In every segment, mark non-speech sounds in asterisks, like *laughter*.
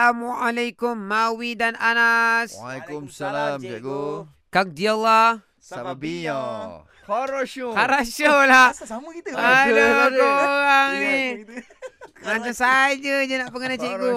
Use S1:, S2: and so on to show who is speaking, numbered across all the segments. S1: Assalamualaikum Mawi dan Anas. lah.
S2: Waalaikumsalam, cikgu.
S1: Kang Diallah.
S2: Sababia. Kharashu.
S1: Harasyo lah.
S3: Asal sama kita
S1: Oh. *laughs*
S3: kan?
S1: Aduh, korang ni.
S3: Kita-
S1: Macam saja je nak pengenal cikgu.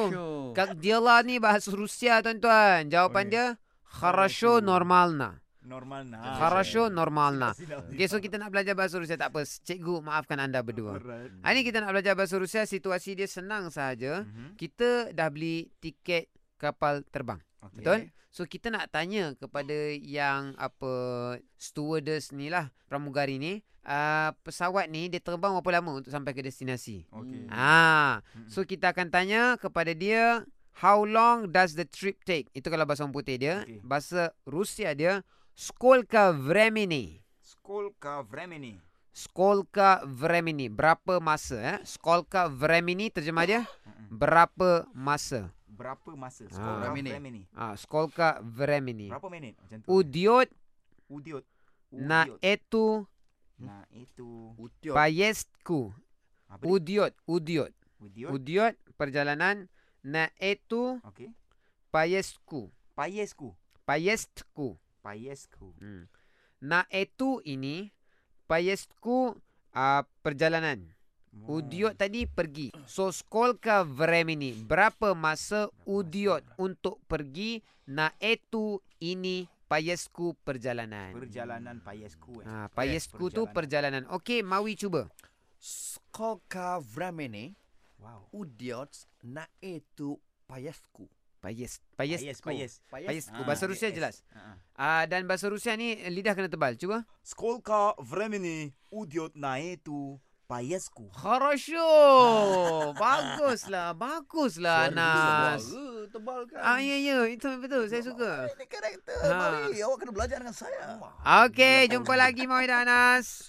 S1: Kang Diallah ni bahasa Rusia tuan-tuan. Jawapan
S3: Oi.
S1: dia, Oh, Kharasho normalna.
S3: Normal nah.
S1: Kharasho normalna.
S3: Silap
S1: Okay, so kita nak belajar bahasa Rusia. Tak apa, cikgu maafkan anda berdua.
S3: Alright.
S1: Hari ni Ah, kita nak belajar bahasa Rusia, situasi dia senang sahaja.
S3: Mhm.
S1: Kita dah beli tiket kapal terbang.
S3: Okay.
S1: Betul? So kita nak tanya kepada yang apa stewardess ni lah pramugari ni uh, pesawat ni dia terbang berapa lama untuk sampai ke destinasi.
S3: Okey.
S1: Ah,
S3: Mhm.
S1: so kita akan tanya kepada dia how long does the trip take? Itu kalau bahasa orang putih dia,
S3: Okey.
S1: bahasa Rusia dia skolka vremeni.
S3: Skolka Vremeni.
S1: Skolka vremeni, berapa masa eh? Skolka vremeni terjemah dia
S3: Mm-mm.
S1: berapa masa.
S3: Berapa masa
S1: Ah.
S3: Skolka
S2: Vremeni.
S3: Vremeni?
S1: Ah, skolka vremeni.
S3: Berapa minit macam tu?
S1: Udiot
S3: Udiot.
S1: na e-
S3: Udiot.
S1: etu
S3: Nah, itu.
S2: Utiok.
S1: Payestku
S3: Apa dia?
S1: Udiot Udiot
S3: Udiot.
S1: Udiot Perjalanan Na itu
S3: Okey.
S1: Payestku
S3: Payesku.
S1: Payestku
S3: Payesku.
S1: hmm. Na itu ini Payestku uh, Perjalanan
S3: Oh.
S1: Udiot tadi pergi So skolka vremeni Berapa masa Udiot Untuk pergi Na itu ini Payestku perjalanan
S3: Hmm. Perjalanan Payesku eh.
S1: ha, Payestku tu perjalanan Okey Mawi cuba
S2: Skoka vremeni
S3: Wow.
S2: udiots na etu payesku.
S1: Payest
S3: Payes,
S1: Payestku
S3: payes.
S1: Payestku
S3: Ah,
S1: Bahasa Rusia
S2: yes.
S1: jelas
S3: Ha, ha.
S1: Ah uh, dan bahasa Rusia ni lidah kena tebal. Cuba.
S3: Skolka Vremeni udiot na itu Payesku.
S1: Kharasho. *laughs* Baguslah, baguslah
S2: Suara
S1: Anas.
S2: suara Tebal kan?
S1: Ah ya ya, itu betul saya suka.
S2: Ini karakter.
S1: Ha.
S2: Mari, awak kena belajar dengan saya.
S1: Okey, jumpa lagi Mawi dan Anas.